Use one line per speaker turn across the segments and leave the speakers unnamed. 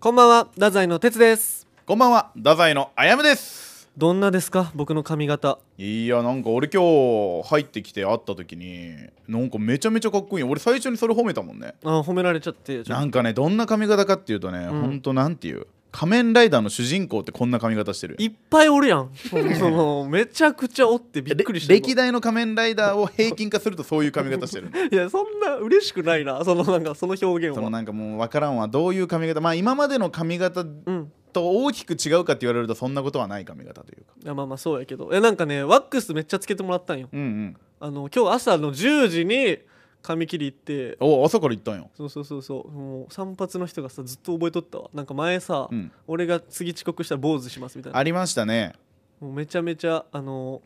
こんばんは太宰の哲です
こんばんは太宰のあやむです
どんなですか僕の髪型
いやなんか俺今日入ってきて会った時になんかめちゃめちゃかっこいい俺最初にそれ褒めたもんね
あ褒められちゃってちょっ
なんかねどんな髪型かっていうとね、
ん
ほんとなんていう仮面ライダーの主人公ってこんな髪型してる
といっぱいおるや んそのめちゃくちゃおってびっくりした
れ歴代の仮面ライダーを平均化するとそういう髪 型してる
いやそんな嬉しくないなそのなんかその表現
その
は
なんかもう分からんわどういう髪型まあ今までの髪型
うん
と大きく違うかって言われるとそんなことはない髪型というか
いやまあまあそうやけどえなんかねワックスめっちゃつけてもらったんよ
うんうん
あの今日朝の10時に髪切り行って
お朝から行ったんよ
そうそうそうそうもう散髪の人がさずっと覚えとったわなんか前さ、
うん
俺が次遅刻したら坊主しますみたいな
ありましたね
もうめちゃめちゃあの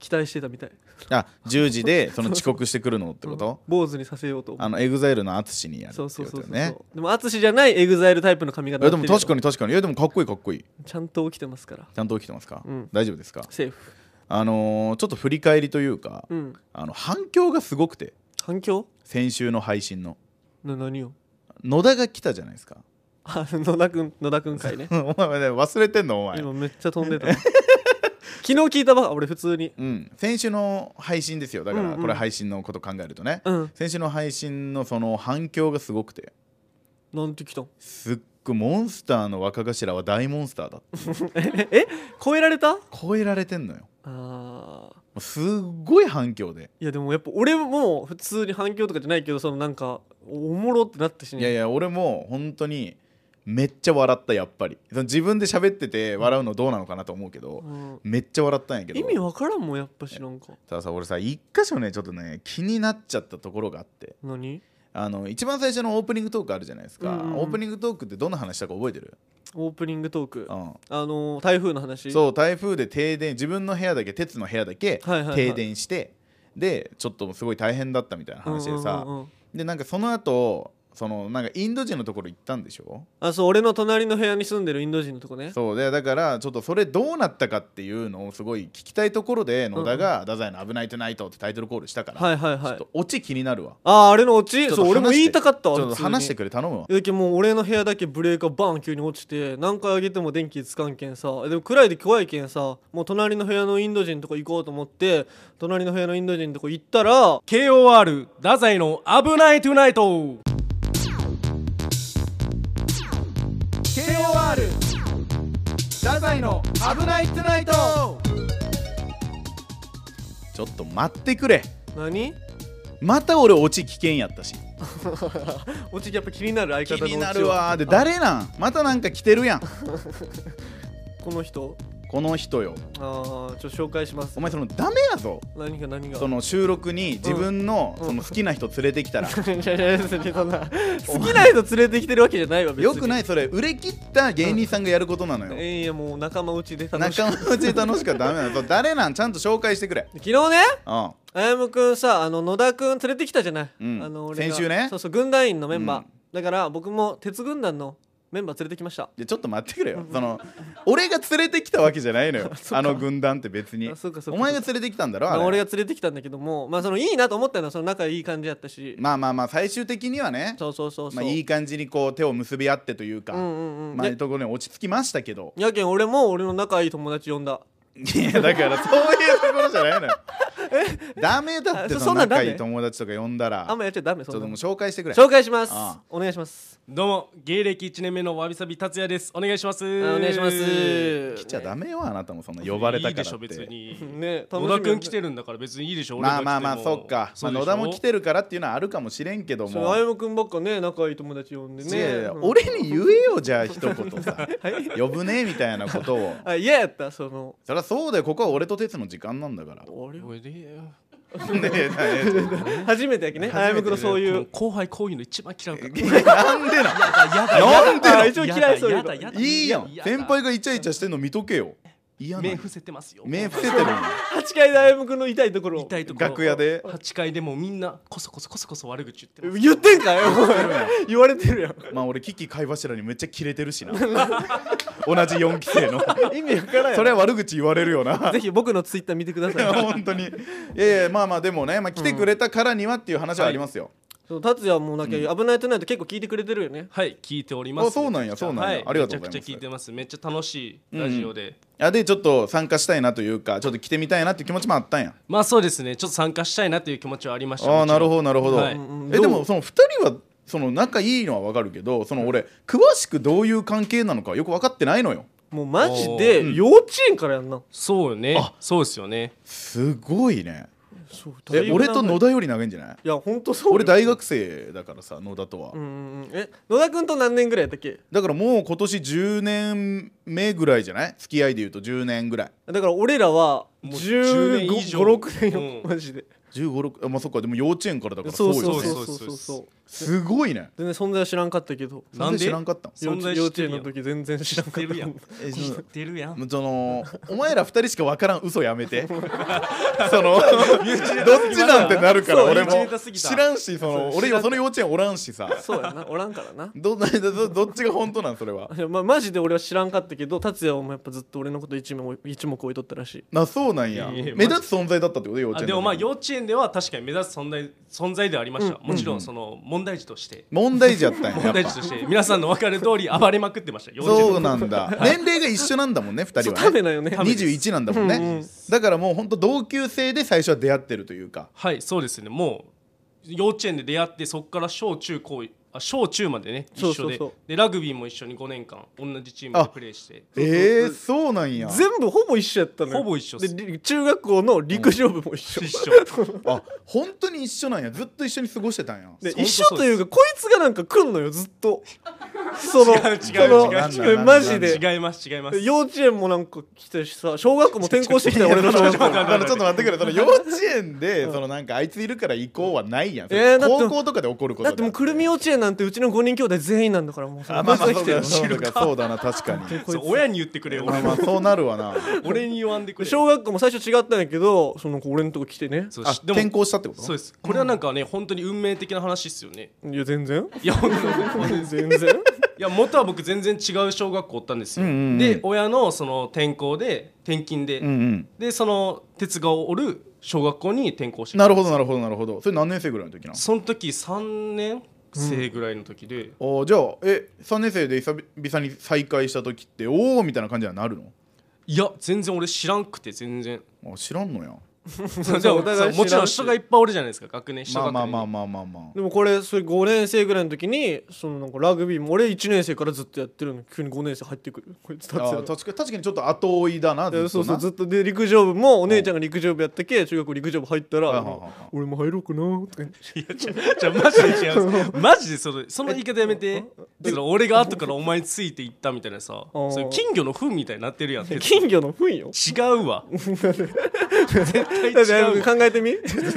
期待してたみたい
あ10時でその遅刻してくるのってこ
うん
と
坊主にさせようと思う
あのエグザイルの淳にやるって
そ
こ
う
と
そう
よ
そうそう、
ね
でも淳じゃないエグザイルタイプの髪型
いやでも
やってる
確かに確かにいやでもかっこいいかっこいい
ちゃんと起きてますから
ちゃんと起きてますか、
うん
大丈夫ですか
セーフ
あのーちょっと振り返りというか、
うん
あの反響がすごくて
反響
先週の配信の
な何を
野田が来たじゃないですか
あ野田君野田君会ね
お前ね忘れてんのお前
今めっちゃ飛んでた 昨日聞いたば俺普通に
うん先週の配信ですよだか
うん
ら
うん
これ配信のこと考えるとね、
うん
先週の配信のその反響がすごくて
なんて来たん
すっごいモンスターの若頭は大モンスターだって
ええ超えられた
超えられてんのよも
あー
うすっごい反響で、
いやでもやっぱ俺も普通に反響とかじゃないけどそのなんかおもろってなってしね
いやいや俺も本当にめっちゃ笑ったやっぱりその自分で喋ってて笑うのどうなのかなと思うけど、
うん
めっちゃ笑ったんやけど
意味わからんもんやっぱしなんか
たださ俺さ一箇所ねちょっとね気になっちゃったところがあって
何
あの一番最初のオープニングトークあるじゃないですか、
うんうんうん
オープニングトークってどんな話したか覚えてる、
オープニングトーク
う
あ
ん、
のー台風の話
そう台風で停電自分の部屋だけ鉄の部屋だけ
はいはいはい
停電して、でちょっとすごい大変だったみたいな話でさ、
うんうんうんうん
でなんかその後そのなんかインド人のところ行ったんでしょ
あそう俺の隣の部屋に住んでるインド人のとこね
そうでだからちょっとそれどうなったかっていうのをすごい聞きたいところで野田が「太宰の危ないトゥナイト」ってタイトルコールしたから、
はいはい
ちょ
は
っ
い
とオチ気になるわ
あああれのオチ
ちょ
そ
っと
う俺も
話して
言いたかったわ
ちょっと
普通に
話してくれ頼むわ
いやだけどもう俺の部屋だけブレーカーバン急に落ちて何回上げても電気つかんけんさでも暗いで怖いけんさもう隣の部屋のインド人とこ行こうと思って隣の部屋のインド人とこ行ったら
KOR 太宰の「危ないトゥナイト」
KOR 太宰の「危ないトゥナイト」ちょっと待ってくれ
何
また俺オチ危険やったし
落ちやっぱ気になる
気
相方のオチ
にな
は
るわーで
あ
誰なんまたなんか来てるやん
この人
この人よ
ああちょっと紹介します
お前そのダメやぞ
何が何が
その収録に自分のその好きな人連れてきたら
いやいや別にそんな好きな人連れてきてるわけじゃないわ別に
よくないそれ売れ切った芸人さんがやることなのよ
いやもう仲間内で楽しい
仲間内楽しかダメ なの誰なんちゃんと紹介してくれ
昨日ね
うん
あやむくんさあの野田くん連れてきたじゃない、
うん
あの俺が
先週ね
そうそう軍団員のメンバー、
うん
だから僕も鉄軍団のメンバー連れてきました
いやちょっと待ってくれよ その俺が連れてきたわけじゃないのよあの軍団って別に
あそうかそうか
お前が連れてきたんだろ
ま
あ
あ
れ
俺が連れてきたんだけどもまあそのいいなと思ったのはその仲いい感じやったし、
まあまあまあ最終的にはね
そうそうそうそう、
まあいい感じにこう手を結び合ってというか
うんうんうん、
まあ
や
いいところに落ち着きましたけど
やけん俺も俺の仲いい友達呼んだ
いやだからそういうところじゃない のよダメだって
あそ
その
そんなんダ
仲
メ
いい友達とか呼んだら
あんまやっちゃダメ
ちょ
そ
っと
ん
もう
な
紹介してくれ
紹介します
ああ
お願いします
どうも芸歴1年目のわびさび達也ですお願いします
あお願いします
来ちゃダメよあなたもそんな呼ばれた
いい
か
で
ら
しょ
っ
別
て
に
ね楽しみ
野田君来てるんだから別にいいでしょ
まあまあまあ
俺が来て
そ
も
っかま
そ
あ
うでし
野
ょ
田も来てるからっていうのはあるかもしれんけど
そうあや
も
むくんばっかね仲いい友達呼んで
いやい
ね
や
うん
俺に言えよじゃあ一言さ呼ぶねみたいなこと を
あ嫌やったその
そりゃそうだよここは俺と鉄の時間なんだから
俺
おいね
ねえね
初めてやけねあやむくんのそういう
後輩こういうの一番嫌うか ら
えなんでななんで
あ
な
一応嫌いそういうの
やだやだ
いいやん
やだ
先輩がイチャイチャしてんの見とけよ嫌な
目
の
伏せてますよ
目伏せてる の
8階であやむくんの痛いところを
痛いところ
楽屋で
8階でもうみんなこそこそこそこそ悪口言ってます
言ってんかよお前言われてるやん
まあ俺キキ貝柱にめっちゃキレてるしな 同じ4期生の
意味わからんや
そ
ん
れは悪口言われるよな
ぜひ僕のツイッター見てくだ
い
さい
や本当にいやいやまあまあでもね、まあ、来てくれたからにはっていう話はありますよ、
そう達也もだけ危ないトゥナイト結構聞いてくれてるよね
はい聞いております
あそうなんや
めちゃくちゃ
そうなんや
はい
ありがとうございます
めちゃくちゃ聞いてますめっちゃ楽しいラジオで、
あでちょっと参加したいなというかちょっと来てみたいなっていう気持ちもあったんや
まあそうですねちょっと参加したいなという気持ちはありました
ああなる
ど
ほどなるほど、
はい
うんうん
え
どう
でもその2人はその仲いいのは分かるけどその俺、詳しくどういう関係なのかよく分かってないのよ
もうマジ
お
で幼稚園からやんな
そうよね
あ
そうですよね
すごいね
そうだいぶ
え俺と
長い
野田より長いんじゃない
いや本当そうよ
俺大学生だからさ野田とは、
うんうんうんえ野田君と何年ぐらいやったっけ
だからもう今年10年目ぐらいじゃない付き合いでいうと10年ぐらい
だから俺らは
もう10年以上
1516年よ、
うん
マジで
1 5 6まあそっかでも幼稚園からだから
そう
よ
そう
ね
そうそうそ
そうで
う
すそう
すごいね
全然存在は知らんかったけど
なん
全然
で
知らんかった
幼
存
稚
在
幼
知っ
稚
て
園
るや
の
ん
時全然知らんか
知っ
って
るやん
た
え
知ってるやん
そのお前ら二人しか分からん嘘やめてそのどっちなんてなるから
そう
俺も
身内ネタすぎた
知らんしその俺今その幼稚園おらんしさ
そうやなおらんからな
ど どどっちが本当なんそれはい
やまマジで俺は知らんかったけど達也もやっぱずっと俺のこと一目置い一目置いとったらしい
なそうなんや
いやいや
目立つ存在だったってこと幼稚
あ
園
でもまあ
の時
幼稚園では確かに目指す存在存在ではありました、もちろんその問題児として
問題児やったんやや
問
っぱ
題児として皆さんの分かる通り暴れまくってました幼稚園の
そうなんだ年齢が一緒なんだもんね2人
そう
はね
食べないよね
べです
21なんだもんね、
うんう
だからもうほんと同級生で最初は出会ってるというか
はいそうですねもう幼稚園で出会ってそこから小中高あ小中までね一緒
そ
で
うそうそう
でラグビーも一緒に5年間同じチームでプレーして
ええー、そうなんや
全部ほぼ一緒やったのよ
ほぼ一緒っ
ですり中学校の陸上部も一緒、
一緒
あ本当に一緒なんやずっと一緒に過ごしてたんや
で
ほんと
一
そ
緒
うです
というかこいつがなんか来んのよずっとその
違う違う
その
違
違う
う
マジで
違います違います
幼稚園もなんか来てるしさ小学校も転校してきたよ俺の小学
あ
校
のちょっと待ってくれその幼稚園で、そのなんかあいついるから行こうはないやん、
えーだって
高校とかで起こること
だってもうくるみ幼稚園なんてうちの5人兄弟全員なんだからもう
あまあまあ
こ
そ
いうつが
だ
来て
そうだそうだな 確かに
こいつ
そう親に言ってくれ
まあ
俺
まあそうな るわな
俺に言わんでくれ
小学校も最初違ったんやけどその子俺のとこ来てね
そう
あ
しでも
転校したってこと
そうですこれはなんかね本当に運命的な話ですよね
いや全 然
いや本当に
全然
いや元は僕全然違う小学校おったんですよ、
うんうんうん
で親のその転校で転勤で、
うんうん
でその鉄がおる小学校に転校してきた
なるほどなるほどなるほどそれ何年生ぐらいの時な
その時3年生ぐらいの時で、
おじゃあえ3年生で久々に再会した時っておおみたいな感じにはなる
いや全然俺知らんくて 全然
のあ知らんのや
そうでも
お互い
そうもちろん
知らんし
人がいっぱいおるじゃないですか学年一
まあ
学年
まあまあまあまあ まあ
でもこれそれ5年生ぐらいの時にそのなんかラグビーも俺1年生からずっとやってるのに急に5年生入ってくるこいつだ
あ
って
ー確か確かにちょっと後追いだなずっと
え
な
そうそうずっとで陸上部もお姉ちゃんが陸上部やったけ中学校陸上部入った
は
ら
いはいはいはい
「俺も入ろうかな」とか言って
いやちょちょマジで違 いますマジでそれその言い方やめてだから俺が後からお前についていったみたいなさ
ー
それ金魚の糞みたいになってる やん鉄
金魚の糞よ
違うわ絶対
だっ
違
て
うわ
考えて み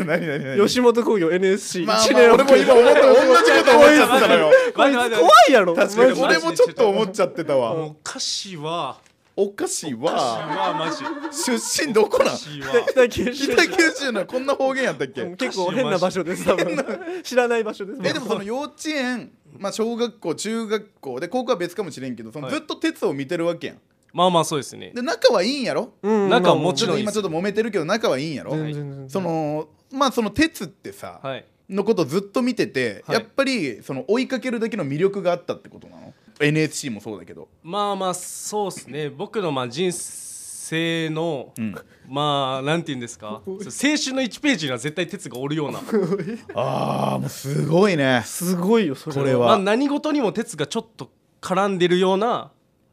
何何何
吉本興業 NSC1
まあまあ
年
俺も今思って同じこと思っちゃってたのよ
こいつ怖いやろ
確かに
マジ
俺もちょっと思っちゃってた
も
わ
う歌詞は
おかしいわ
はマジ
出身どこなん
詞は
北九州
北九州のこんな方言やったっけ
結構変な場所です多分 知らない場所です
えでもその幼稚園まあ小学校中学校で高校は別かもしれんけどその
はい
ずっと鉄を見てるわけやん
まあまあそうですね
で仲はいいんやろ
うん
なんかも
ちょっ
ちろ
と
んいいっ
今
す
ちょっと揉めてるけど仲はいいんやろ
全然全然
そのまあその鉄ってさ
はい
のことずっと見てて
はい
やっぱりその追いかけるだけの魅力があったってことなの NSC もそうだけど
まあまあそうですね僕のまあ人生の、
ん
まあなんて言うんですかそう青春の1ページには絶対鉄がおるような
ああもうすごいね
すごいよそれ
これは
まあ何事にも鉄がちょっと絡んでるような、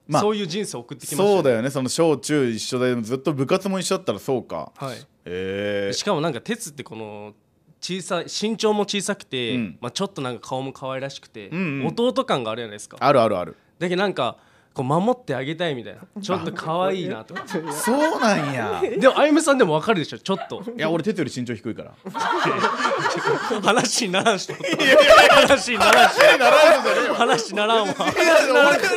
まあ
そういう人生を送ってきました
そうだよねその小中一緒でずっと部活も一緒だったらそうか
はい、
え
しかもなんか鉄ってこの小さい身長も小さくて、
うん
まあ、ちょっとなんか顔も可愛らしくて、
んうん
弟感があるじゃないですか
あるあるある
だけどなんかこう守ってあげたいみたいなちょっと可愛い なとか
そうなん やい
でもあゆむさんでもわかるでしょちょっと
や俺鉄より身長低いから
話にならんしと話にならんし
ならんのじゃねえ
話にならんわ
俺よ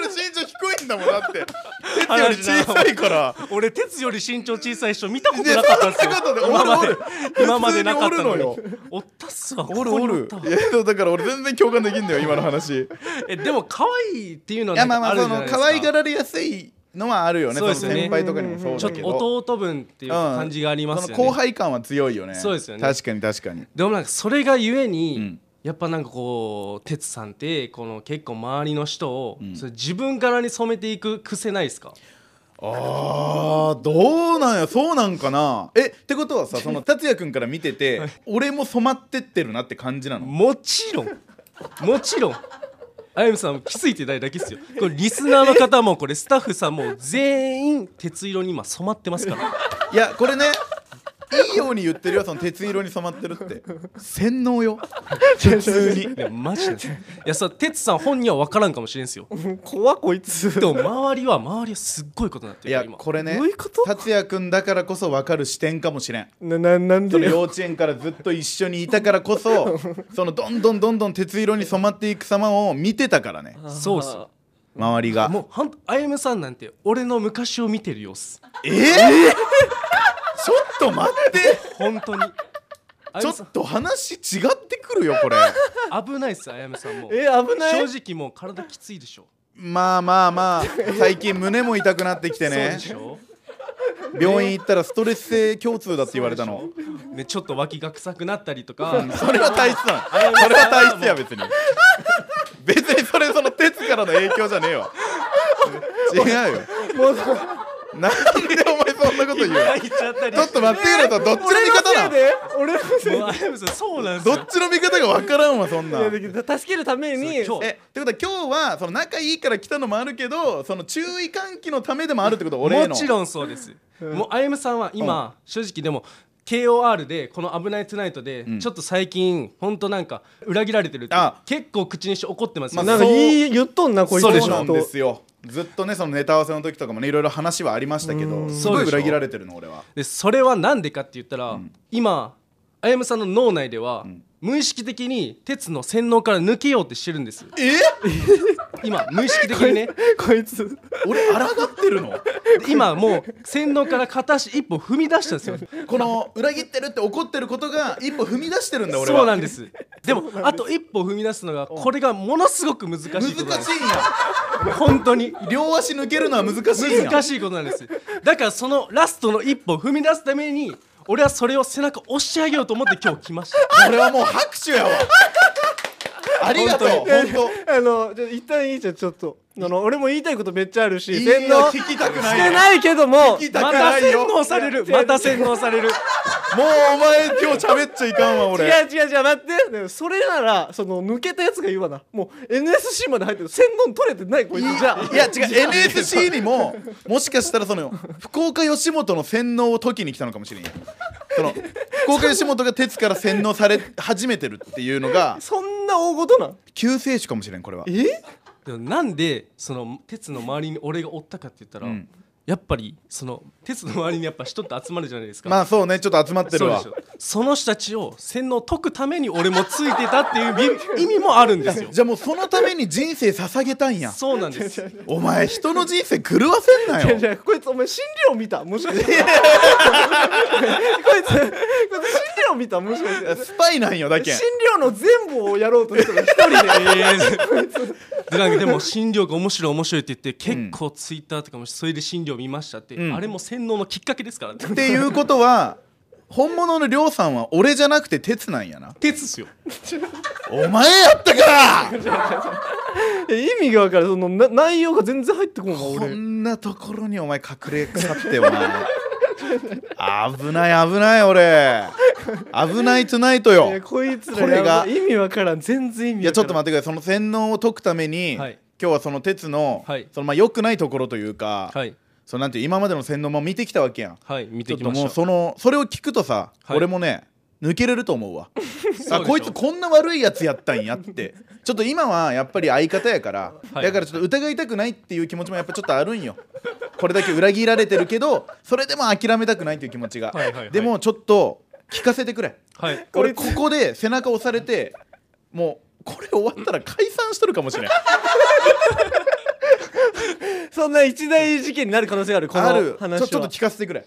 り身長低いんだもんだ って鉄より小さいから
俺鉄より身長小さい人見たこと
いや
なかったんですよ
そんなことで
今ま
お
で
る
今までなかった
普通にお
の
る
におったっすわ
おる
こ
お
こに
る
ったわ
いやでもだから俺全然共感できんだよ今の話い
えでも可愛いっていうのはな
や
ん
まあ
か
ま
あ
あ
る
そ
じゃない
の
ですか
可愛がられやすいのはあるよね
そ
そうの
ですよね
先輩とかにもそう
ちょ
だ
っ
け
と
ど
弟分っていう感じがありますよ
そ
ね
の後輩感は強いよね
そうですよね
確かに確かに
でもなんかそれがゆえに、
ん
やっぱなんかこう哲さんってこの結構周りの人を、
ん
それ自分からに染めていく癖ないですか
あーどうなんやそうなんかなえってことはさその達也君から見てて俺も染まってってるなって感じなの
もち ろんもちろんあやみさん気づいてないだけですよこれリスナーの方もこれスタッフさんも全員鉄色に今染まってますから
いやこれねいいように言ってるよその鉄色に染まってるって洗脳よ普通に
いやマジでいやさ哲さん本人は分からんかもしれんすよ
怖こいつ
でも周りは周りはすっごいことになって
い
るよ
や
今
これね
どういうこと
達也君だからこそ分かる視点かもしれん
なななん
そ
で
の幼
よ
稚園からずっと一緒にいたからこそそのどんどんどんどん鉄色に染まっていく様を見てたからね
そうっすよ
周りが
もうはんあやめさんなんて俺の昔を見てる様子
えー、ちょっと待って
本当に あ
ち
や
ょ
めさん
っと話違ってくるよこれ
危ないっすあやめさんも
え危ない
正直もう体きついでしょ
まあまあまあ最近胸も痛くなってきて
そう
ね
でしょ
病院行ったらストレス性共通だって言われたの
ねちょっと脇が臭くなったりとか
それは体質なのそれは体質や別に別にそれその鉄からの影響じゃねえわ違うよ
もうさ
なんでお前そんなこと言うの
泣いちゃったり
ちょっと待ってくれとどっちの
俺
味
の
方
せ
ないの
で俺のせい
もうあやめさんそうなんです
ど
よ
っちの味方が分からんわそんなん
でいやだけど助けるために
そう今日
えってことは今日はその仲いいから来たのもあるけどその注意喚起のためでもあるってこと俺への
もちろんそうです、もうあやむさんは今、正直でも KOR でこの「危ないトゥナイトで」
ん
ちょっと最近ほんとなんか裏切られてるって
あ
結構口にして怒ってますよ、
ま
な
あ
んか
そう
いい言っとんなこいつ
そう
でしょ
なんですよずっとねそのネタ合わせの時とかもねいろいろ話はありましたけどすご
そう
い
でしょ
裏切られてるの俺は
でそれはなんでかって言ったら、今あやむさんの脳内では、無意識的に鉄の洗脳から抜けようってしてるんですよ
え
今無意識的にねで
こいつ
俺抗ってるの
今もう洗脳から片足一歩踏み出したんですよ
この裏切ってるって怒ってることが一歩踏み出してるんだ俺は
そうなんですでもあと一歩踏み出すのがこれがものすごく難しいこと
難
な
し
んです
いんや
本当に
両足抜けるのは難しいんや
難しいことなんですだからそのラストの一歩を踏み出すために俺はそれを背中押してあげようと思って今日来ました
これはもう拍手や わありがとう本当
あのじゃあ一旦いいじゃんちょっとあの俺も言いたいことめっちゃあるし
いい
全
よ
能し
聞きたくない
て
よ
ないけども
聞きたく
ま
な
た
い
洗
よ
脳されるまた洗脳される
もうお前今日喋っちゃいかんわ俺
違う違う違う待ってでもそれならその抜けたやつが言うわなもう NSC まで入ってる洗脳取れてないこいつじゃあ
いや違う NSC にももしかしたらその福岡吉本の洗脳を解きに来たのかもしれんよその福岡吉本が鉄から洗脳され始めてるっていうのが
そんな大ごとなん
救世主かもしれんこ れは
え
でもなんでその鉄の周りに俺がおったかって言ったら、
ん
やっぱりその鉄の周りにやっぱ人って集まるじゃないですか、
まあそうねちょっと集まってる
そうで
わ
しょその人たちを洗脳を解くために俺もついてたっていう意味意味もあるんですよ
じゃあもうそのために人生捧げたんや
そうなんですい
お前人の人生狂わせんなよ
いやいやこいつお前心理論見たもしかしてこいつこいつ心理論見たもしかして
スパイなんよだけん
診療の全部をやろうとしてる一人で
やいやでなんかでも診療が面白い面白いって言って結構ツイッターとかもそれで診療見ましたって、
ん
あれも洗脳のきっかけですからね
っていうことは本物のりょうさんは俺じゃなくて鉄なんやな
鉄っすよ
お前やったか
え意味が分かるそのな内容が全然入ってこんわ
こ
俺
んなところにお前隠れ腐ってお前危ない危ない俺危ないトゥナイト
いや
よ
こいつら
これが
やばい意味分からん全然意味
いやちょっと
っ
待ってくださいその洗脳を解くために、
はい
今日はその鉄の、
はい
そのまあ良くないところというか、
はい
そのなんていう今までの洗脳も見てきたわけやん
はい見
ち
て
ょっ
き
と
まし
もう
た
そのそれを聞くとさ、
はい
俺もね抜けれると思う わ
しょ
あこいつこんな悪いやつやったんや ってちょっと今はやっぱり相方やから、
はい
だからちょっと疑いたくないっていう気持ちもやっぱちょっとあるんよこれだけ裏切られてるけどそれでも諦めたくないっていう気持ちが、
はいはいはい
でもちょっと聞かせてくれ
はい
俺ここで背中押されてもうこれ終わったら解散しとるかもし れん
てそんな一大事件になる可能性があるこ
ある
の
ちょ
話は
ちょっと聞かせてくれ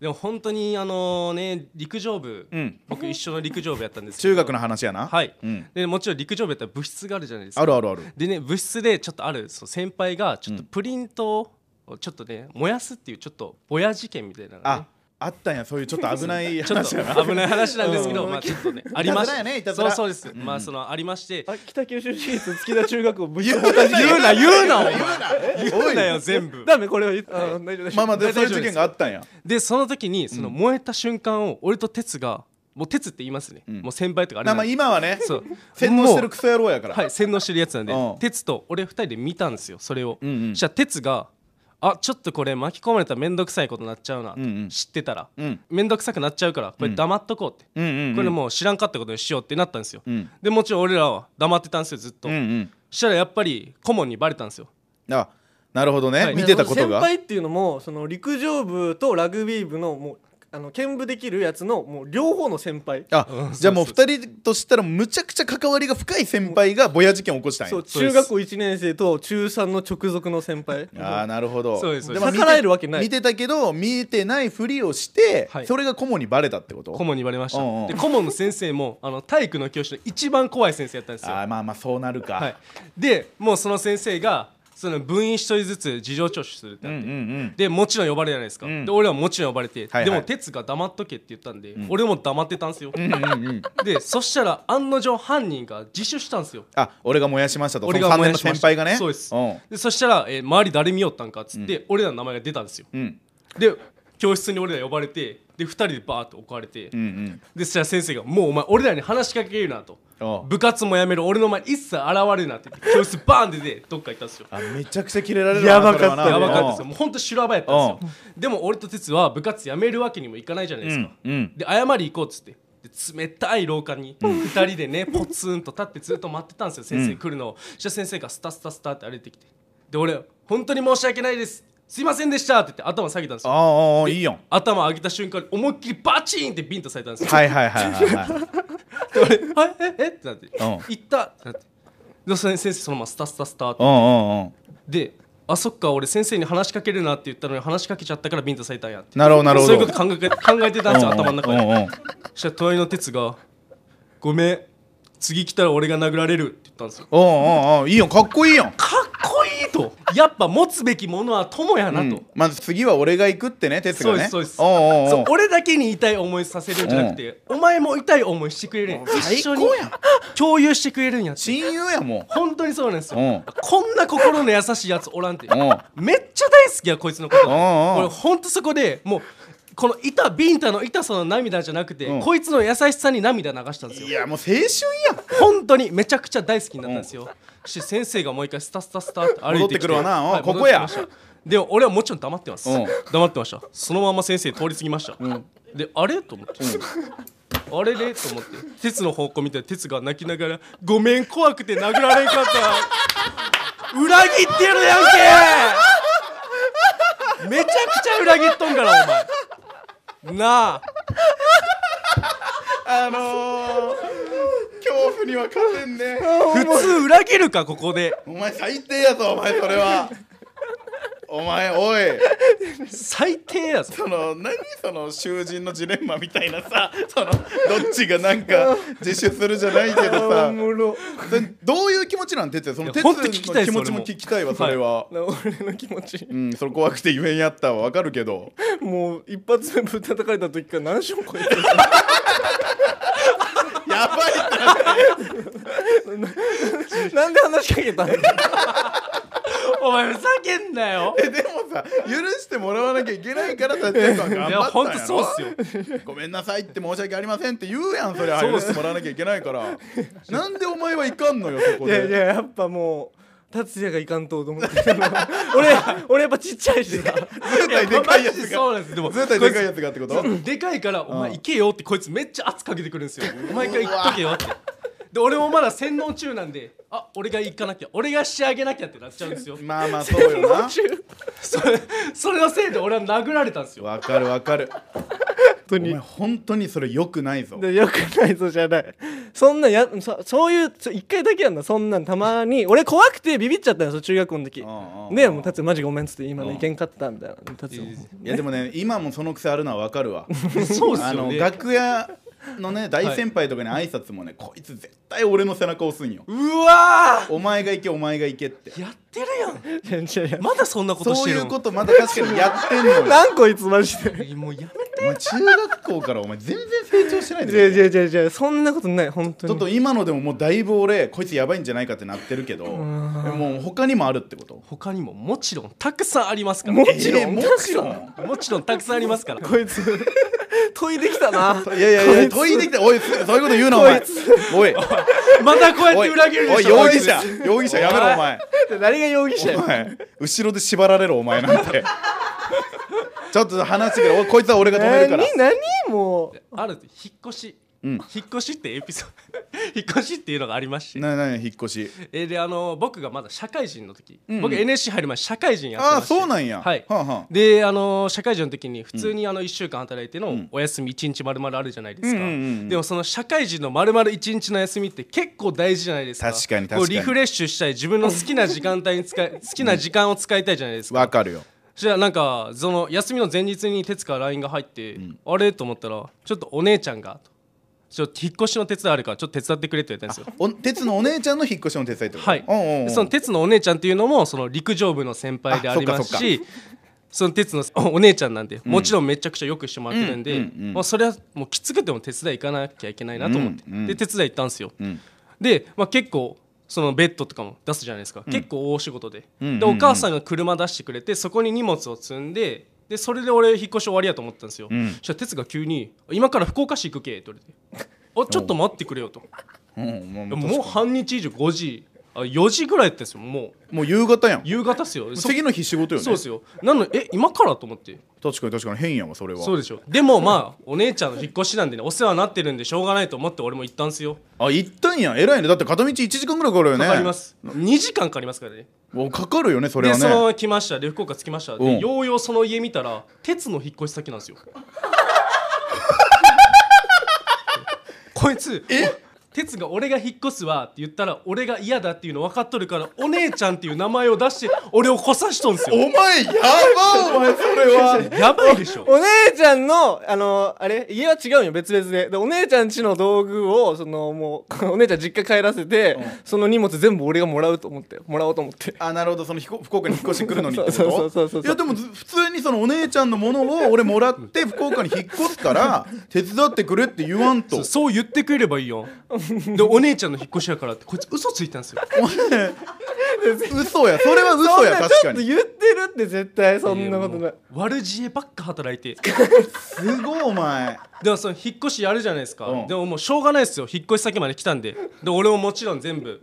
でも本当にあのね陸上部、
うん
僕一緒の陸上部やったんですけど
中学の話やな
はい、
うん
でもちろん陸上部やったら部室があるじゃないですか
あるあるある
でね部室でちょっとあるそう先輩がちょっとプリントをちょっとね燃やすっていうちょっとぼや事件みたいなのがね
ああったんやそういうちょっ と危ない
ちょっ
話やな
と危ない話なんですけど、
うん
まあちょっとねありま
い
し
たずらやねいたず
そう
ら
そうです、まあそのありまして
あ北九州市立月田中学校ぶち
言う
壊
な
言う な言うなお前
言うな
言うなよ全部
ダメこれは言っあ大丈夫大丈夫
まあまあで
大
そう
丈
い
夫
う事
です
件があったんや
でその時にその燃えた瞬間を俺と哲がもう哲って言いますね、
ん
もう先輩とかあれ
な
なん
まあ
で
今はね
そう
洗脳してるクソ野郎やから
はい、洗脳してるやつなんで
うん
哲と俺二人で見たんですよそれを、
うんうん
そしたら哲が「あちょっとこれ巻き込まれたら面倒くさいことになっちゃうな」
う
と
んうん
知ってたら
うん
面倒くさくなっちゃうからこれ黙っとこうって、
うんうんうん
これもう知らんかったことにしようってなったんですよ、
うん
でもちろん俺らは黙ってたんですよずっと、
うんうん
そしたらやっぱり顧問にバレたんですよ
あなるほどね、
はい
見てたことが
先輩っていうのもその陸上部とラグビー部のもうあの兼部できるやつのもう両方の先輩
あ
うん
じゃあもう
そうそ
2人としたらむちゃくちゃ関わりが深い先輩がボヤ事件を起こしたんや
そう
そうで
中
す
学校1年生と中3の直属の先輩
ああなるほど
そうですそうです
まあ見て
逆らえるわけない
見てたけど見てないふりをして、
はい
それが顧問にバレたってこと
顧問にバレました、
うんうん
で顧問の先 生もあの体育の教師の一番怖い先生やったんですよ
あーまあまあそうなるか、
はい、でもうその先生がその部員一人ずつ事情聴取するって
うんう
なっ
ん
て、
うん
でもちろん呼ばれるじゃないですか、
うん
で俺はもちろん呼ばれて、
はい
でも哲が黙っとけって言ったんで、俺も黙ってたんですよ、
うんうん
でそしたら案の定犯人が自首したんですよ
あ俺が燃やしましたと
俺
その
が
3年
燃や
の
しま
先
した
輩がね
そうです
ん
でそしたら、えー周り誰見よったんかっつって、俺らの名前が出たんですよ
うん
で教室に俺ら呼ばれてで2人でバーッと置かれて、
うんうん
でそしたら先生が「もうお前俺らに話しかけるな」と
おう
部活もやめる俺の前に一切現れるな」って言って教室バーン出てどっか行ったんですよ
あめちゃくちゃキレられる
やばかったね
やばかったで
よ
すよ。もうほんと修羅場やったんですよ。でも俺と哲は部活やめるわけにもいかないじゃないですか。
うんうん
で、謝り行こうっつって。で冷たい廊下に2人 でね、ポツンと立ってずっと待ってたんですよ、先生来るのを。そしたら先生がスタスタスタって歩いてきて。で、俺、本当に申し訳ないです。すいませんでしたって言って頭下げたんです
あ
よ。
あああいいよ
頭上げた瞬間に思いっきりバチーンってビンタされたんですよ。
はいはいはいはいはい
で俺、はい、ええってなって、
ん
行ったってなって。で、その先生そのままスタスタスタって
う。んうんうん
であそっか俺先生に話しかけるなって言ったのに話しかけちゃったからビンタされたんやって
なるほどなるほど
そういうこと考 え考えてたんですよ頭の中
うんうんう
で
ん
そしたら隣の哲が「ごめん次来たら俺が殴られる」って言ったんですよ
おうおうおういいよかっこいいよ
かっこいいとやっぱ持つべきものは友やなと、
うんまず次は俺が行くってね哲
そう
が
で
ね
すそうです
おうおうおう
そう俺だけに痛い思いさせるんじゃなくて、お前も痛い思いしてくれるんや一緒に
最高やん
共有してくれるんやって
親友やも
本当にそうなんですよ、
うん
こんな心の優しいやつおらんて、
んうん
めっちゃ大好きやこいつのこと、
んうん
俺ほんとそこでもうこの板ビンタの痛さの涙じゃなくて、
うん
こいつの優しさに涙流したんです
い
よ
やもう青春やん
本当にめちゃくちゃ大好きになったんですよ、そして先生がもう一回スタスタスタって歩いてきて
戻ってくるわなうん
はい
ここや
戻ってきましたでも俺はもちろん黙ってます、
うん
黙ってましたそのまま先生通り過ぎました、であれと思って、あれれと思って鉄の方向見たら鉄が泣きながら「ごめん怖くて殴られんかった」裏切ってるやんけめちゃくちゃ裏切っとんからお前なあ
あのー、恐怖には勝てんね
普通裏切るかここで
お前最低やぞお前それはお前おい
最低やぞ
その何その囚人のジレンマみたいなさそのどっちがなんか自首するじゃないけど
あ
さ
お もろ
それどういう気持ちなんてってその
いや
哲
ほんと聞きた
の
い
気
です
持ちも
俺も
聞きたいわそれは、
な俺の気持ち
うんそれ怖くて言えんやったわわかるけど
もう一発目ぶったたかれた時から何章超えてる
やばいって
なんで話しかけたん
お前ふざけんなよ
えでもさ許してもらわなきゃいけないからさ哲さん
い
頑
や
張った
ほ
ん
ん
や
と
ろ
そうっすよ
ごめんなさいって申し訳ありませんって言うやんそれ
そうっ
許
す
してもらわなきゃいけないからなんでお前はいかんのよそこ
いやい
で
ややっぱもう達也がいかんとと思って 俺俺やっぱちっちゃいしさ
絶対でかいやつ
マジ
が
でそうなんですでも
絶対でかいやつがってこと
でかいから「お前行けよ」ってこいつめっちゃ圧かけてくるんですよ「お前から行っとけよ」ってで俺もまだ洗脳中なんで「あ俺が行かなきゃ俺が仕上げなきゃ」ってなっちゃ うんですよ
まあまあそうよ な
それそれのせいで俺は殴られたんですよ
わかるわかる
当
お前本当にそれ良くないぞ
でよくないぞじゃないそんなんやそそういうちょ一回だけやんなそんなんたまに俺怖くてビビっちゃったんですよ中学校の時
んうん
でもう達也マジごめんっつって今のいけんかったみたいな達也も
いやでもね今もその癖あるのはわかるわ
そうっ
あ
すよ
の
ね
楽屋のね大先輩とかに挨拶もねこいつ絶対俺の背中押すんよ
うわ
お前が行けお前が行けって
ーやってるやん
いやいやいや
まだそんなことし
そう
て
い
る
う
の
ことまだ確かにやってんのよ
なんこいつマジで
もうやめて
お前中学校からお前全然成長してないん
じゃ
だよ
じゃじゃじゃそんなことない本当
ちょっ
に
と今のでももうだいぶ俺こいつやばいんじゃないかってなってるけどもう他にもあるってこと
他にももちろんたくさんありますから
もちろん
えーもちろん
もちろんたくさんありますから
こ いつ問いできた ない
やいやいや問いできたおいすそういうこと言うなお前
こい
お い
またこうや
お
っ
い
て裏切る
おい
でしょ
容疑者容疑者やめろお前
誰が容疑者
お
よ
前後ろで縛られるお前なんてちょっと話してくれおこいつは俺が止めるから
何何もう
ある引っ越し、
ん
引っ越しってエピソード引っ越しっていうのがありまして
ななに引っ越し
えーであの僕がまだ社会人の時、
ん
僕 NSC 入る前社会人やって
あ
ま
あ
して
そうなんや
はい
はあはあ
であの社会人の時に普通にあの1週間働いてのお休み1日丸々あるじゃないですか、
うんうんうんうん
でもその社会人の丸々1日の休みって結構大事じゃないですか
確かに確かに
こうリフレッシュしたい自分の好きな時間帯に使い好きな時間を使いたいじゃないですか
わかるよ
そしたらなんかその休みの前日に哲から LINE が入って、あれと思ったらちょっとお姉ちゃんがとちょっと引っ越しの手伝いあるからちょっと手伝ってくれって言ったんですよ
お鉄のお姉ちゃんの引っ越しの手伝いってこと
はい、
おうおうおう
でその鉄のお姉ちゃんっていうのもその陸上部の先輩でありま
あそ
す
っか
しその鉄のおお姉ちゃんなんで、もちろんめちゃくちゃよくしてもらってるんで、
うんうんうん
まあ、それはもうきつくても手伝い行かなきゃいけないなと思って、
うんうん
で手伝い行ったんですよ、
ん
で、まあ、結構そのベッドとかも出すじゃないですか、結構大仕事で、
んうん
で
うん
お母さんが車出してくれてそこに荷物を積んででそれで俺引っ越し終わりやと思ってたんですよ、
ん
そしたら鉄が急に「今から福岡市行くけ」って言われて「あちょっと待ってくれよ」と。
うんもうもう
もう半日以上5時あ4時ぐらいやったんですよもう
もう夕方やん
夕方っすよそ
次の日仕事よね
そうですよなのでえ今からと思って
確かに確かに変やわそれは
そうでしょでもまあお姉ちゃんの引っ越しなんでねお世話になってるんでしょうがないと思って俺も行ったんすよ
あ行ったんや偉いねだって片道1時間ぐらいかかるよね
かかります2時間かかりますからね
おかかるよねそれ
で
は
そ
ね
の来ましたで福岡着きました
うん
でようようその家見たら鉄の引っ越し先なんですよこいつ鉄が俺が引っ越すわって言ったら俺が嫌だっていうの分かっとるからお姉ちゃんっていう名前を出して俺をこさしとんすよ
お前やばお前それは
やばいでしょ
お姉ちゃんのあのあれ家は違うんよ別々ででお姉ちゃん家の道具をそのもう お姉ちゃん実家帰らせて、その荷物全部俺がもらうと思ってもらおうと思って
あなるほどそのひこ福岡に引っ越してくるのにってこと
そうそうそうそうそう
やでもず普通にそのお姉ちゃんのものを俺もらって福岡に引っ越すから手伝ってくれって言わんと
そうそう言ってくれればいいよでお姉ちゃんの引っ越しやからってこいつ嘘ついたんですよ
嘘やそれは
そ
嘘
ん
や
な
確
ちょ
か
っと
に
言ってるって絶対そんなことない
やもう悪知恵ばっか働いて
すごいお前
でもその引っ越しやるじゃないですか、
うん
でももうしょうがないですよ引っ越し先まで来たんでで俺ももちろん全部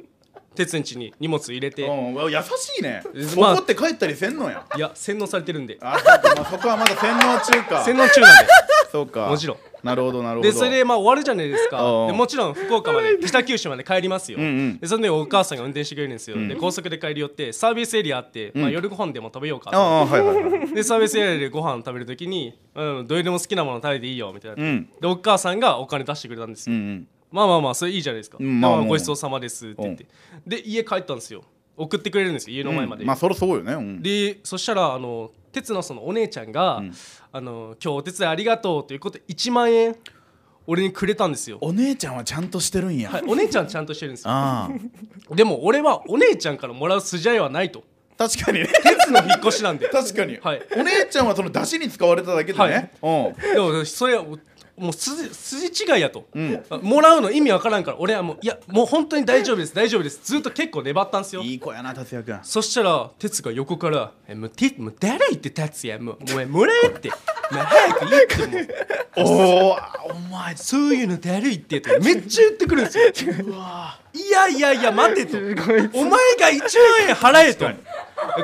鉄んちに荷物入れて、
うん優しいね
まあ
怒って帰ったりせんのや
いや洗脳されてるんで
あそうかまあそこはまだ洗脳中か
洗脳 中なんで
そうか
もちろん
なるほどなるほど
でそれでまあ終わるじゃないですか
うん
でもちろん福岡まで北九州まで帰りますよ、
んうん
でその時お母さんが運転してくれるんですよ、で高速で帰り寄ってサービスエリアあって、まあ、夜ご飯でも食べようか
あ
と
あはいはいはい
でサービスエリアでご飯食べるときに、うん、どれでも好きなもの食べていいよみたいな、
うん
でお母さんがお金出してくれたんです
う
よ、
ん
まあまあまあそれいいじゃないですか、
うんまあ
で
まあ
ごちそうさまですって言って、で家帰ったんですよ送ってくれるんですよ家の
うん
前まで、
まあそろそうよねうん
でそしたらあの鉄のそのお姉ちゃんが、あの「今日お手伝いありがとう」ということで1万円俺にくれたんですよ、
お姉ちゃんはちゃんとしてるんや
はい、お姉ちゃんちゃんとしてるんですよ
ああ
でも俺はお姉ちゃんからもらう筋合いはないと
確かにね
鉄の引っ越しなん で
確かに、
はい
お姉ちゃんはその出汁に使われただけでね、
でもそれはもう筋筋違いやと、
ん
もらうの意味わからんから俺はもういやもう本当に大丈夫です大丈夫ですずっと結構粘ったんです
う
よ
んいい子やな達也君
そしたら哲が横から「えもうてもう誰言って達也もうお前もらえ」って「もう早く言ってもう
おおお前
そういうの誰言って」とめっちゃ言ってくるんですよいやいやいや待てとお前が1万円払えと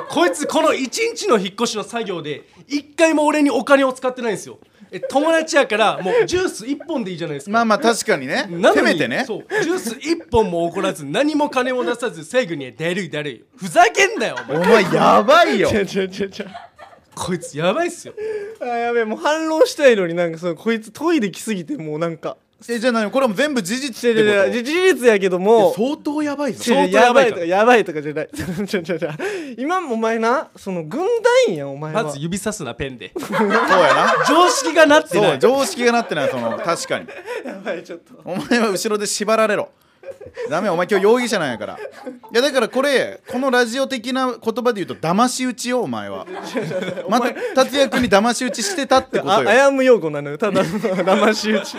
こいつこの1日の引っ越しの作業で1回も俺にお金を使ってないんですよえ友達やからもうジュース1本でいいじゃないですか
まあまあ確かにね
なのに
せめてね
そうジュース1本も怒らず何も金も出さず最後に「だるいだるい」ふざけんなよお前
お前やば いよ
ちゃちゃちゃちゃ
こいつやばいっすよ
あやべえもう反論したいのになんかそのこいつトイレ来すぎてもうなんか
えじゃあ何これも全部事実
違
っ
う違う
て
違う事実やけども
こと相当やばいぞ
違う違う
相当
や
やば
ばいと
いから
かやばいとかじゃない ちょちょちょ今もお前なその軍団員やお前は
まず指さすなペンで
そうやな
常識がなってな
そう
い
常識がなってないその確かに
やばいちょっと
お前は後ろで縛られろダメお前今日容疑者なんやからいやだからこれこのラジオ的な言葉で言うと騙し討ちよお前はまた達也君に騙し討ちしてたってこと
あ
よ
やむ用語なのよただの騙し討 ち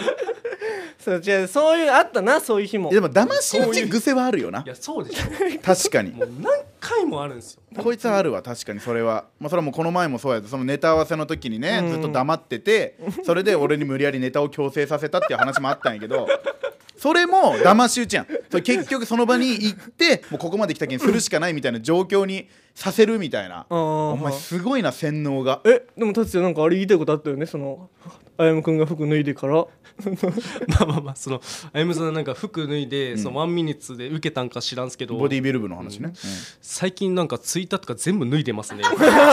そう違うそういうあったなそういう日も
でも騙し討ち癖はあるよない
やそうでし
確かに
ょもう何回もあるんですよ
こいつはあるわ確かにそれは、まあ、それはもうこの前もそうやったそのネタ合わせの時にね、ずっと黙っててそれで俺に無理やりネタを強制させたっていう話もあったんやけどそれも騙し討ちやんそれ結局その場に行ってもうここまで来たけんするしかないみたいな状況にさせるみたいな
あー
お前すごいな洗脳が
えでも達也なんかあれ言いたいことあったよねそのあやむくんが服脱いで から
まあまあまあそのあゆむさんなんか服脱いで、そのワンミニッツで受けたんか知らんすけど
ボディビル部の話ね、
最近なんかツイッターとか全部脱いでますね
え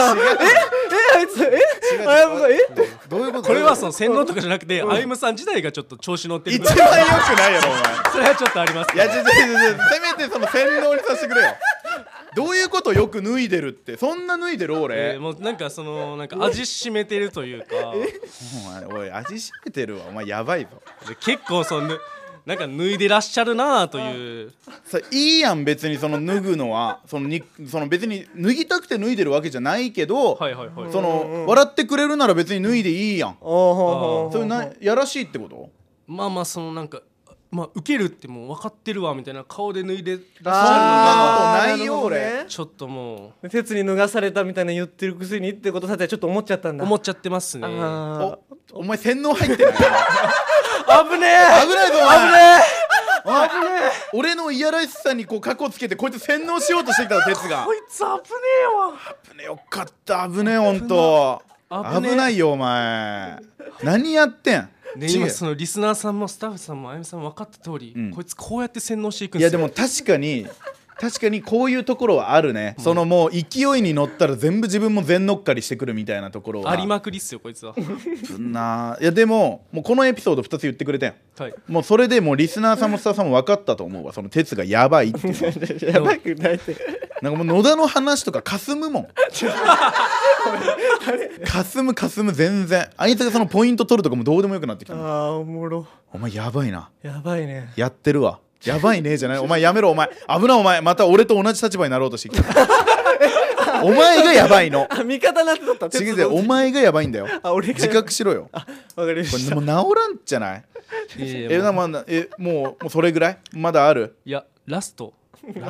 あいつえあやむがえ
うんどういうこと
これはその洗脳とかじゃなくてあゆむさん自体がちょっと調子乗って
一
る
番良くないやろお前
それはちょっとあります
いや違う違う違うせめてその洗脳にさせてくれよどういうことよく脱いでるってそんな脱いでる俺、
えーもうなんかそのなんか味しめてるというか
お前おい味しめてるわお前やばいぞ
で結構そのなんか脱いでらっしゃるなあという
さいいやん別にその脱ぐのはそのにその別に脱ぎたくて脱いでるわけじゃないけど、
はいはいはい
その笑ってくれるなら別に脱いでいいやん
あーはーはー
それなやらしいってこと
まあまあそのなんかまあ受けるってもう分かってるわみたいな顔で脱いでらっしゃ
あー
そんなことないよ
るほどね
るちょっとも
鉄に脱がされたみたいな言ってるくせにってことさてちょっと思っちゃったん
う
だ
思っちゃってますね
あ
おお前洗脳入ってない危
ー危ね
ないぞ
え
お前
危ね
お前俺のいやらしさにこう過去つけてこいつ洗脳しようとしてきたの哲が
こいつ危ね
危ねよかった危ねえほんと
危ねえ
危ないよお前何やってん
えわで
ちげえ
今そのリスナーさんもスタッフさんもあゆみさんも分かった通り、
ん
こいつこうやって洗脳していくん
い
で
や
す
で
よ
も確かに確かにこういうところはあるね、そのもう勢いに乗ったら全部自分も全乗っかりしてくるみたいなところは
ありまくりっすよこいつは
ないやでももうこのエピソード2つ言ってくれてん
はい
もうそれでもうリスナーさんもスタッフさんも分かったと思うわその哲がやばいっていうの は
えやばくないって
なんかもう野田の話とかかすむも んかすむかすむ全然あいつがそのポイント取るとかもどうでもよくなってきた
あ
もん
あおもろ
お前やばいな
やばいね
やってるわやばいねじゃないお前やめろお前危ないお前また俺と同じ立場になろうとして きたお前がやばいの
あ味方なってとった
違う違うお前がやばいんだよ
あ俺が
自覚しろよこ
わかりま
れ
した
もう治らんじゃない
いやいや
え
もう
なまだえもうもうそれぐらいまだある
いやラスト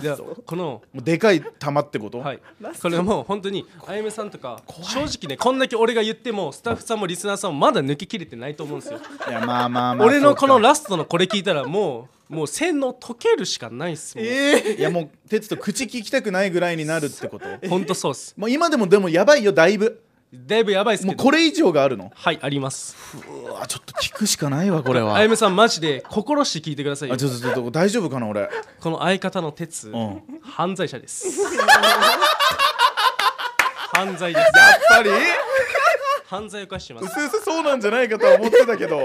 じゃあこの
もうでかい玉ってこと、
はい、これもう本当にあゆめさんとか正直ねこんだけ俺が言ってもスタッフさんもリスナーさんもまだ抜けきれてないと思うんですよ
い、やまあまあまあ
俺のこの
そうか
ラストのこれ聞いたらもう もう洗脳解けるしかないっすもん、
いやもう哲と口聞きたくないぐらいになるってこと
ほんとそうっす
もう今でもでもやばいよだいぶ
だいぶやばいっす
も
け
う
ど
これ以上があるの
はいあります
うわちょっと聞くしかないわこれは
あ
あ
ゆめさんマジで心して聞いてくださいよ
ちょっとちょっと大丈夫かな俺
この相方の鉄、
ん
犯罪者です 犯罪で
や
す
っぱり
犯罪を犯してま
う
す
すうすそうなんじゃないかとは思ってたけど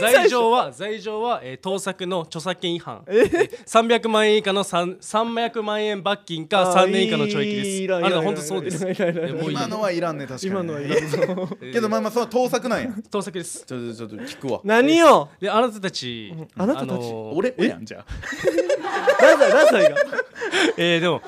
罪状は罪状は、えー盗作の著作権違反、え300万円以下の3 300万円罰金か
あー
3年以下の懲役
い
です
ら
あ
ん
れ
いらん
本当そうです
いらんいらんいらん
えーもういい
今のはいらんね確かに
今のはいらん
けどまあまあその盗作なんや
盗作です
ちょっとちょっと聞くわ
何よ
であなたたち
あなたたち
のー
俺もやんじゃあ
何歳何歳が
えーでも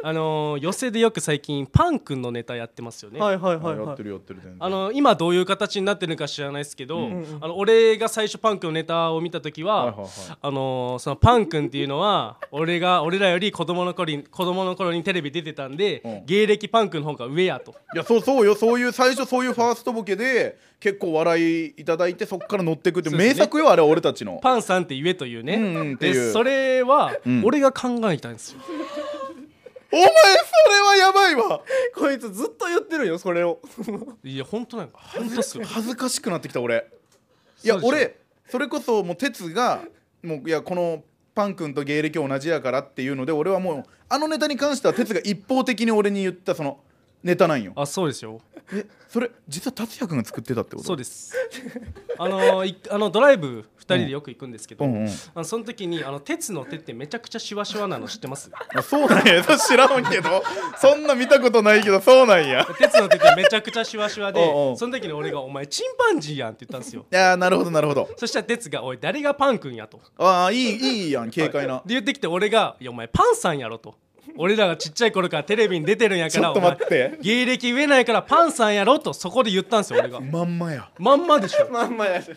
あのー寄席でよく最近パン君のネタやってますよね、
はいはいは
あ
い
やっ
は
て
い
るやってる全然
あの今どういう形になってるのか知らないですけど、あの俺が最初パン君のネタを見た時は、
はいはいはい
あのーそのパン君っていうのは俺が俺らより子供の頃に子供の頃にテレビ出てたんで、
うん
芸歴パン君の方が上やと
いやそうそうよそういう最初そういうファーストボケで結構笑いいただいてそっから乗ってくって、
そうです
名
ね
作よあれ俺たちの
パンさんって言えというね、
うんうんっていう
でそれは
ん
俺が考えたんですよ、
お前それはやばいわ
こいつずっと言ってるよそれを
いや本当なんか本当っすよ
恥ずかしくなってきた俺いや
そうでしょ
俺それこそもう哲がもういやこのパン君と芸歴同じやからっていうので俺はもうあのネタに関しては哲が一方的に俺に言ったそのネタなんよ
あそうですよ
えそれ実は達也君が作ってたってこと
そうです。あのいあのドライブ二人でよく行くんですけど、
うんうん
あのその時にあの鉄の手ってめちゃくちゃシワシワなの知ってます？
あそうなんや知らんけどそんな見たことないけどそうなんや
鉄の手ってめちゃくちゃシワシワで、
おうおう
その時に俺がお前チンパンジーやんって言ったんですよ。
いやーなるほどなるほど
そしたら鉄がおい誰がパン君やと。
ああいいいいやん軽快な、
で言ってきて俺が「いやお前パンさんやろ」と。俺らがちっちゃい頃からテレビに出てるんやから
ちょっと待って
お前芸歴上ないからパンさんやろとそこで言ったんですよ俺 が
まんまや
まんまでしょ
まんまやし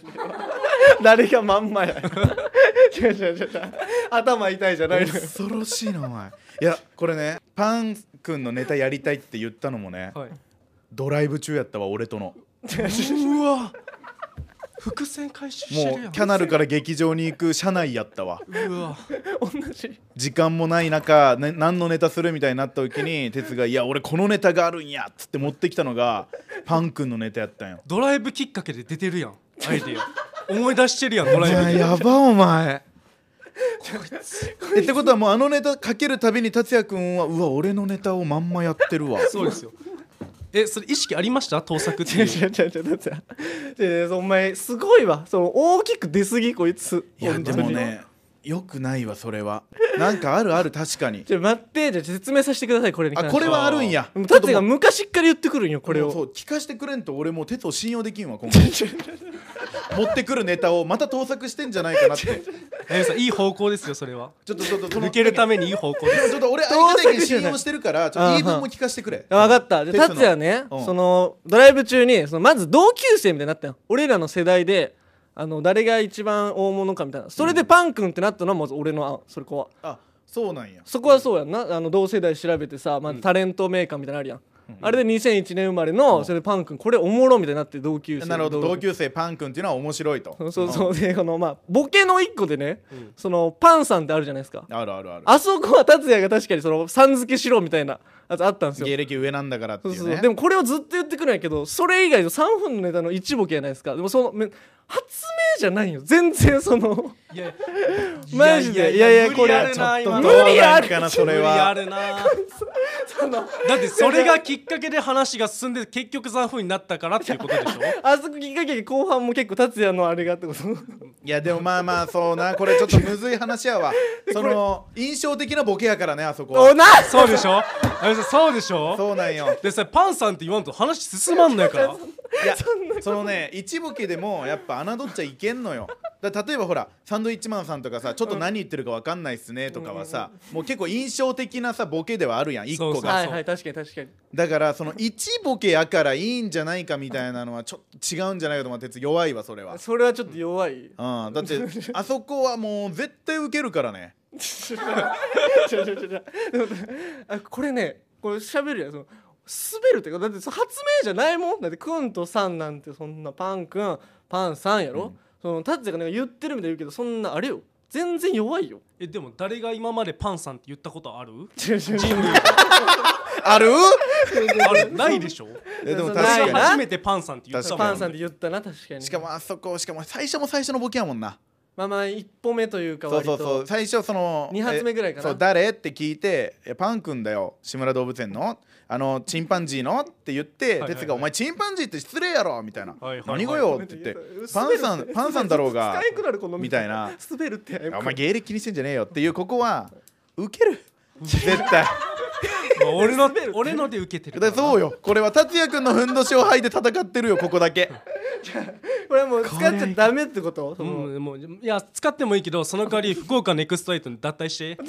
誰がまんまや違う違う違う違う頭痛いじゃないのよ
恐ろしいなお前いやこれねパン君のネタやりたいって言ったのもね、
はい、
ドライブ中やったわ俺との
うわ伏線回収して
も
るや
うんキャナルから劇場に行く車内やったわ
うわ
同じ
時間もない中、ね、何のネタするみたいになった時に哲が「いや俺このネタがあるんや」っつって持ってきたのがパン君のネタやったんよ
ドライブきっかけで出てるやんアイデア思い出してるやんド
い
ライブ
や
で
やばお前えってことはもうあのネタかけるたびに達也君はうわ俺のネタをまんまやってるわ
そうですよえそれ意識ありました盗作ってい
違う
う
違う違う違う違う違うお前すごいわその大きく出すぎこいつ
いやでもねよくないわそれはなんかあるある確かに
ちょ待ってじゃあ説明させてくださいこれに関
あ
して
これはあるんや
もう達也が昔っから言ってくるんよこれ
そ
を
う聞かしてくれんと俺もう鉄を信用できんわ今 後持ってくるネタをまた盗作してんじゃないかなって ち
あゆみさんいい方向ですよそれは
ょっとちょっとその
抜けるためにいい方向です
ちょっと俺相手だけ
盗作じゃ
信
ない
用してるからちょっと言い分も聞かせてくれ
あ分かったで
鉄の
達也ね、
うん
そのドライブ中にそのまず同級生みたいになったよ俺らの世代であの誰が一番大物かみたいなそれでパン君ってなったのはまず俺のあそれこは
あそうなんや
そこはそうやんなあの同世代調べてさ、まあ、タレントメーカーみたいなのあるやん、あれで2001年生まれの、それでパン君これおもろみたいになって同級生
なるほど同
生
級生パン君っていうのは面白いと
そうそうそうでこのまあボケの一個でね、そのパンさんってあるじゃないですか
あるあるある
あそこは達也が確かにそのさん付けしろみたいなやつあったんですよ
芸歴上なんだからって
そう
い
そうう
ね
でもこれをずっと言ってくるんやけどそれ以外の3分のネタの一ボケじゃないですかでもそのめ発明じゃないよ全然その
いや
マジで
いやいや
いやいやこれは
無理あるな今
無
の
理ある
どうなんかなそれは
無理あるなだってそれがきっかけで話が進んで結局ザフになったからっていうことでしょ
あそこきっかけで後半も結構達也のあれがってこと
いやでもまあまあそうなこれちょっとむずい話や わその印象的なボケやからねあそこ
お
は
な
そうでしょあゆみさんそうでしょ
そうなんよ
でさパンさんって言わんと話進まんのやから
いや そのね一ボケでもやっぱ侮っちゃいけんのよだ例えばほらサンドイッチマンさんとかさちょっと何言ってるか分かんないっすねとかはさ、もう結構印象的なさボケではあるやん一個が
そうそう
はいはい確かに確かに
だからその一ボケやからいいんじゃないかみたいなのはちょっと違うんじゃないかと思って弱いわそれは、
それはちょっと弱い、
うん、だって あそこはもう絶対ウケるからね
ちょちょちょちょでもあこれねこれ喋るやんその滑るっていうかだってその発明じゃないもんだってくんとさんなんてそんなパンくんパンさんやろ、その達也がなんか言ってるみたいに言うけどそんなあれよ全然弱いよ
えでも誰が今までパンさんって言ったことある
違う違う違う
あ る
あるないでしょ
いやでも
そう
確
ない
か
な
に
初めてパンさんって言ったもん
パンさんって言ったな確かに
しかもあそこしかも最初も最初のボケやもんな
まあまあ一歩目というか
そう
割
そ
と
うそう最初その
二発目ぐらいかな
えそう誰って聞いて「えパン君だよ志村動物園のあのチンパンジーの?」って言って
はいはい
哲が「お前チンパンジーって失礼やろ」みたいな
はい
「
はい
何語よ」って言って「パンさんパンさんだろうが
使えなくなるこの
みたいな
滑るって
お前芸歴気にしてんじゃねえよ」っていうここはウケる絶対
まあ俺の俺ので受けてる
だそうよこれは達也君のふんどしを履いて戦ってるよここだけ
これはもう使っちゃダメってことその
うん、もういや使ってもいいけどその代わり福岡ネクストエイトに脱退して
いやいや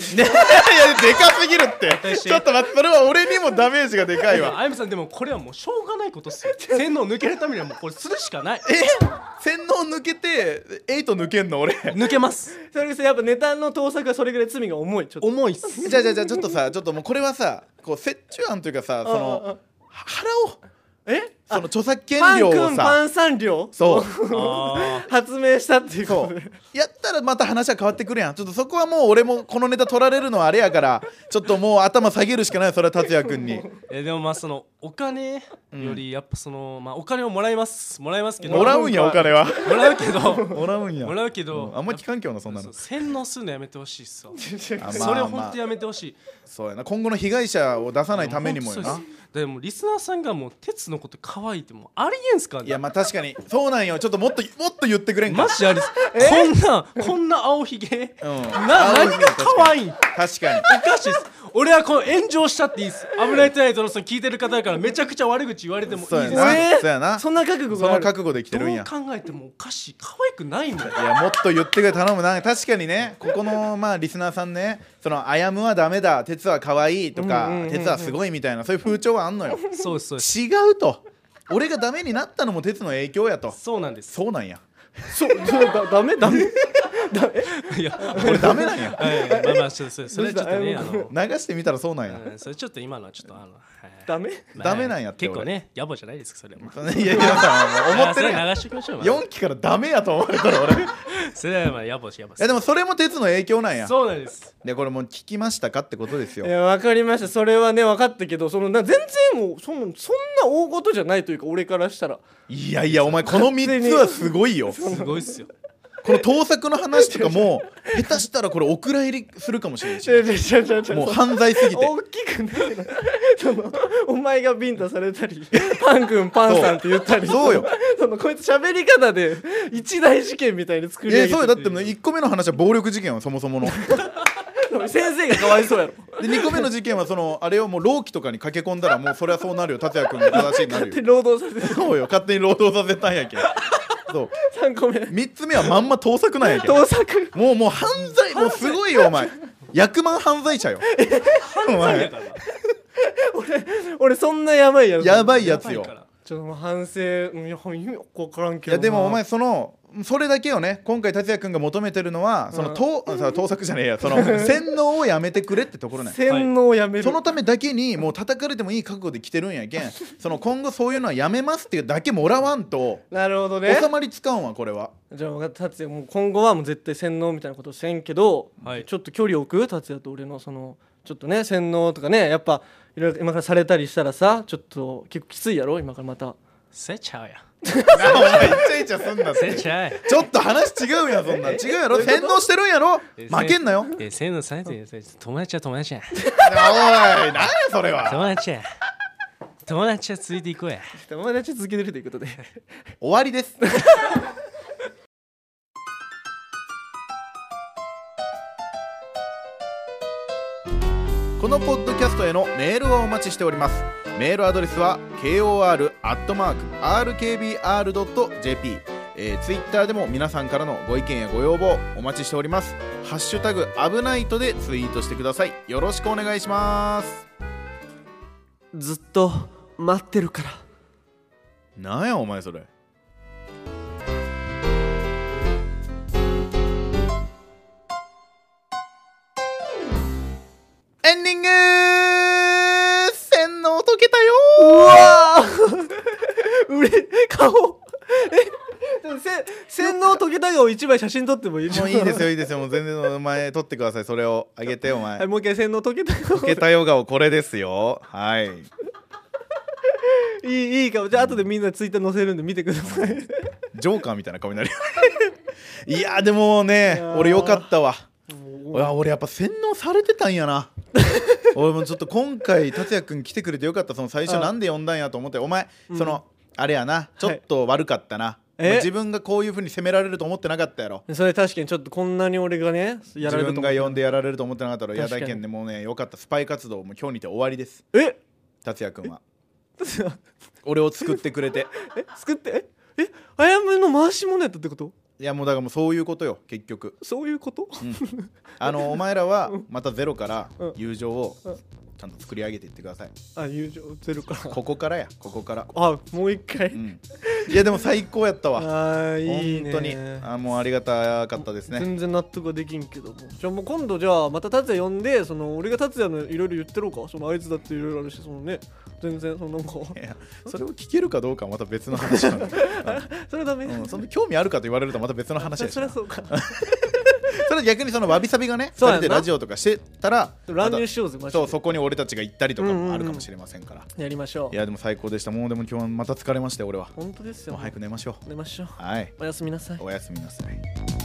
でかすぎるって
私
ちょっと待ってそれは俺にもダメージがでかいわ
あゆみさんでもこれはもうしょうがないことっすよ 洗脳抜けるためにはもうこれするしかない
洗脳抜けてエイト抜けんの俺
抜けます
それこそやっぱネタの盗作はそれぐらい罪が重いちょっと
重いっす
じゃあじゃあじゃあちょっとさちょっともうこれはさこう折衷案というかさそ
うんうんう
の
ん
は払おう
え
その著作権
パン
料
く
を
んパ
さ
ンさん料
そう
あ
発明したっていうこ
そ
とで
うやったらまた話は変わってくるやんちょっとそこはもう俺もこのネタ取られるのはあれやからちょっともう頭下げるしかないそれは達也君に
えでもまあそのお金よりやっぱその、まあお金をもらいますもらいますけど
もらうんやお金は
もらうけど
もらうんや
もらうけど
んあんま聞かんけどなそんな
そ
の
う洗脳するのやめてほしいっすわ
あまあ
それ本
まあ
当やめてほしい
そうやな今後の被害者を出さないためにもよ
ほ
なん
とそうですでもリスナーさんがもう鉄のこと可愛いってもうありえんすか
いや
ね
まあ確かにそうなんよちょっともっともっと言ってくれんか
マジありえこんなこんな青ひげ
うん
な何が
い
可愛いん
確かに
おかしいっす俺はこの炎上したっていいっす危ないトゥナイトのその聞いてる方だからめちゃくちゃ悪口言われてもいい
そう
で
や
す
な、
えー
そうやな
そ
そ
んな覚悟があ
の
る
覚悟できてるんや
どう考えてもおかしい可愛くないもん
いやもっと言ってくれ頼むな確かにねここのまあリスナーさんねその「あやむはダメだ鉄は可愛いとか、鉄はすごいみたいなそういう風潮はあんのよ
そうですそうです
違うと俺がダメになったのも鉄の影響やと
そうな んです
そうなんや
そうそうだダメダ メ
いや
俺ダメなんや
はいまあまあそうそうそれちょっとね
ど
あ
う
の
流してみたらそうなんや、
うんそれちょっと今のはちょっとあのはい
ダメ
まあ
ダメなんやって
結構ね野暮じゃないですかそれも
いやいやさ思ってる
い
やん
やそれ流していきましょうよ
4期からダメやと思われたら 俺い
それはまあ野暮し野暮し
やでもそれも鉄の影響なんや
そうなんです
でこれもう聞きましたかってことですよ
いや分かりましたそれはね分かったけどそのな全然もうそのそんな大事じゃないというか俺からしたら
いやいやお前この3つはすごいよ
すごいっすよ
この盗作の話とかも下手したらこれお蔵入りするかもしれないし
違う違う違う違う違う
もう犯罪すぎて
大きくないのそのお前がビンタされたりパン君パンさんって言ったり
そうよ
そのこいつ喋り方で一大事件みたいに作り上
え
げて
そうよ
る
だって1個目の話は暴力事件はそもそもの
先生がかわいそう やろ
で2個目の事件はそのあれをもう老期とかに駆け込んだらもうそれはそうなるよ達也君が正しいになる
で
よ
労働させて
そうよ勝手に労働させたんやけんそう
3個目
3つ目はまんま盗作なんやけん
盗作
もうもう犯罪もうすごいよお前役満犯罪者よお
だ
前
から
俺そんなやばいやろ
やばいやつよ
だから
ちょっともう反省うんいや意味分からんけど
いや
な
でもお前そのそれだけをね今回達也君が求めてるのはその盗あ盗作じゃねえ やその洗脳をやめてくれってとこ ろね
洗脳やめる
そのためだけにもう叩かれてもいい覚悟で来てるんやけ んその今後そういうのはやめますっていうだけもらわんと
なるほどね
収まりつかんわこれは
じゃあ分かった達也もう今後はもう絶対洗脳みたいなことせんけど、
はい
ちょっと距離を置く達也と俺のそのちょっとね洗脳とかねやっぱいろいろ今からされたりしたらさちょっと結構きついやろ今からまた
せちゃうや
なあお前イチャイチャすんなっ
せ
て
ちゃうや
ちょっと話違うやんそんなん違うやろ洗脳してるんやろ 負けんなよ
えせんのされてる友達は友達や
おい何やそれ は
友達や友達はついていこうや
友達続けてるということで
終わりです このポッドキャストへのメールはお待ちしておりますメールアドレスは kor.rkbr.jp えー、ツイッターでも皆さんからのご意見やご要望お待ちしておりますハッシュタグ危ないとでツイートしてくださいよろしくお願いします
ずっと待ってるから
なんやお前それエンディング洗脳解けたよ
うわーうれ顔えでもせ洗脳解けた顔一枚写真撮ってもいい
もういいですよいいですよもう全然お前取ってくださいそれをあげてお
はい
前
もう一回洗脳解けた顔
解けたよ顔これですよはい
いいいい顔じゃあ後でみんなツイッター載せるんで見てください
ジョーカーみたいな顔 になるよいやーでもね俺よかったわいや俺やっぱ洗脳されてたんやな 俺もちょっと今回達也君来てくれてよかったその最初なんで呼んだんやと思ってお前その、あれやなちょっと悪かったな、お前
え
自分がこういうふうに責められると思ってなかったやろ
それ確かにちょっとこんなに俺がねや
自
られる
分
と
が
思う
呼んでやられると思ってなかったらいや
確か
だ
に
けんでもうねよかったスパイ活動も今日にて終わりです
え
達也君は俺を救ってくれ て
え作ってええあやむの回し者やったってこと
いやもうだからもうそういうことよ結局
そういうこと、
あのお前らはまたゼロから
うん
友情を
うん
ちゃんと作り上げていってください
あ友情ゼロから
ここからやここから
あもう一回、
うんいやでも最高やったわ
あーいい
本
ね
当にあもうありがたかったですね
全然納得ができんけどもじゃあもう今度じゃあまた達也呼んでその俺が達也のいろいろ言ってろうかそのあいつだっていろいろあるしそのね全然そのなんか
いや それを聞けるかどうかはまた別の話なんだけ
それはダメ、
ど、うん、その興味あるかと言われるとまた別の話
そ
でし
そ
ょ
りゃそう か
それ逆にそのわびさびがね
そう
そ
や
れ
んな
でラジオとかしてたら
乱
ま
入
た
しようぜマジ
そう
で
そこに俺たちが行ったりとかもあるかもしれませんから、
やりましょ
いうやでも最高でしたもうでも今日はまた疲れましたよ俺は
本当です
もう
よ
早く寝ましょう
寝ましょう
はい
おやすみなさい
おやすみなさい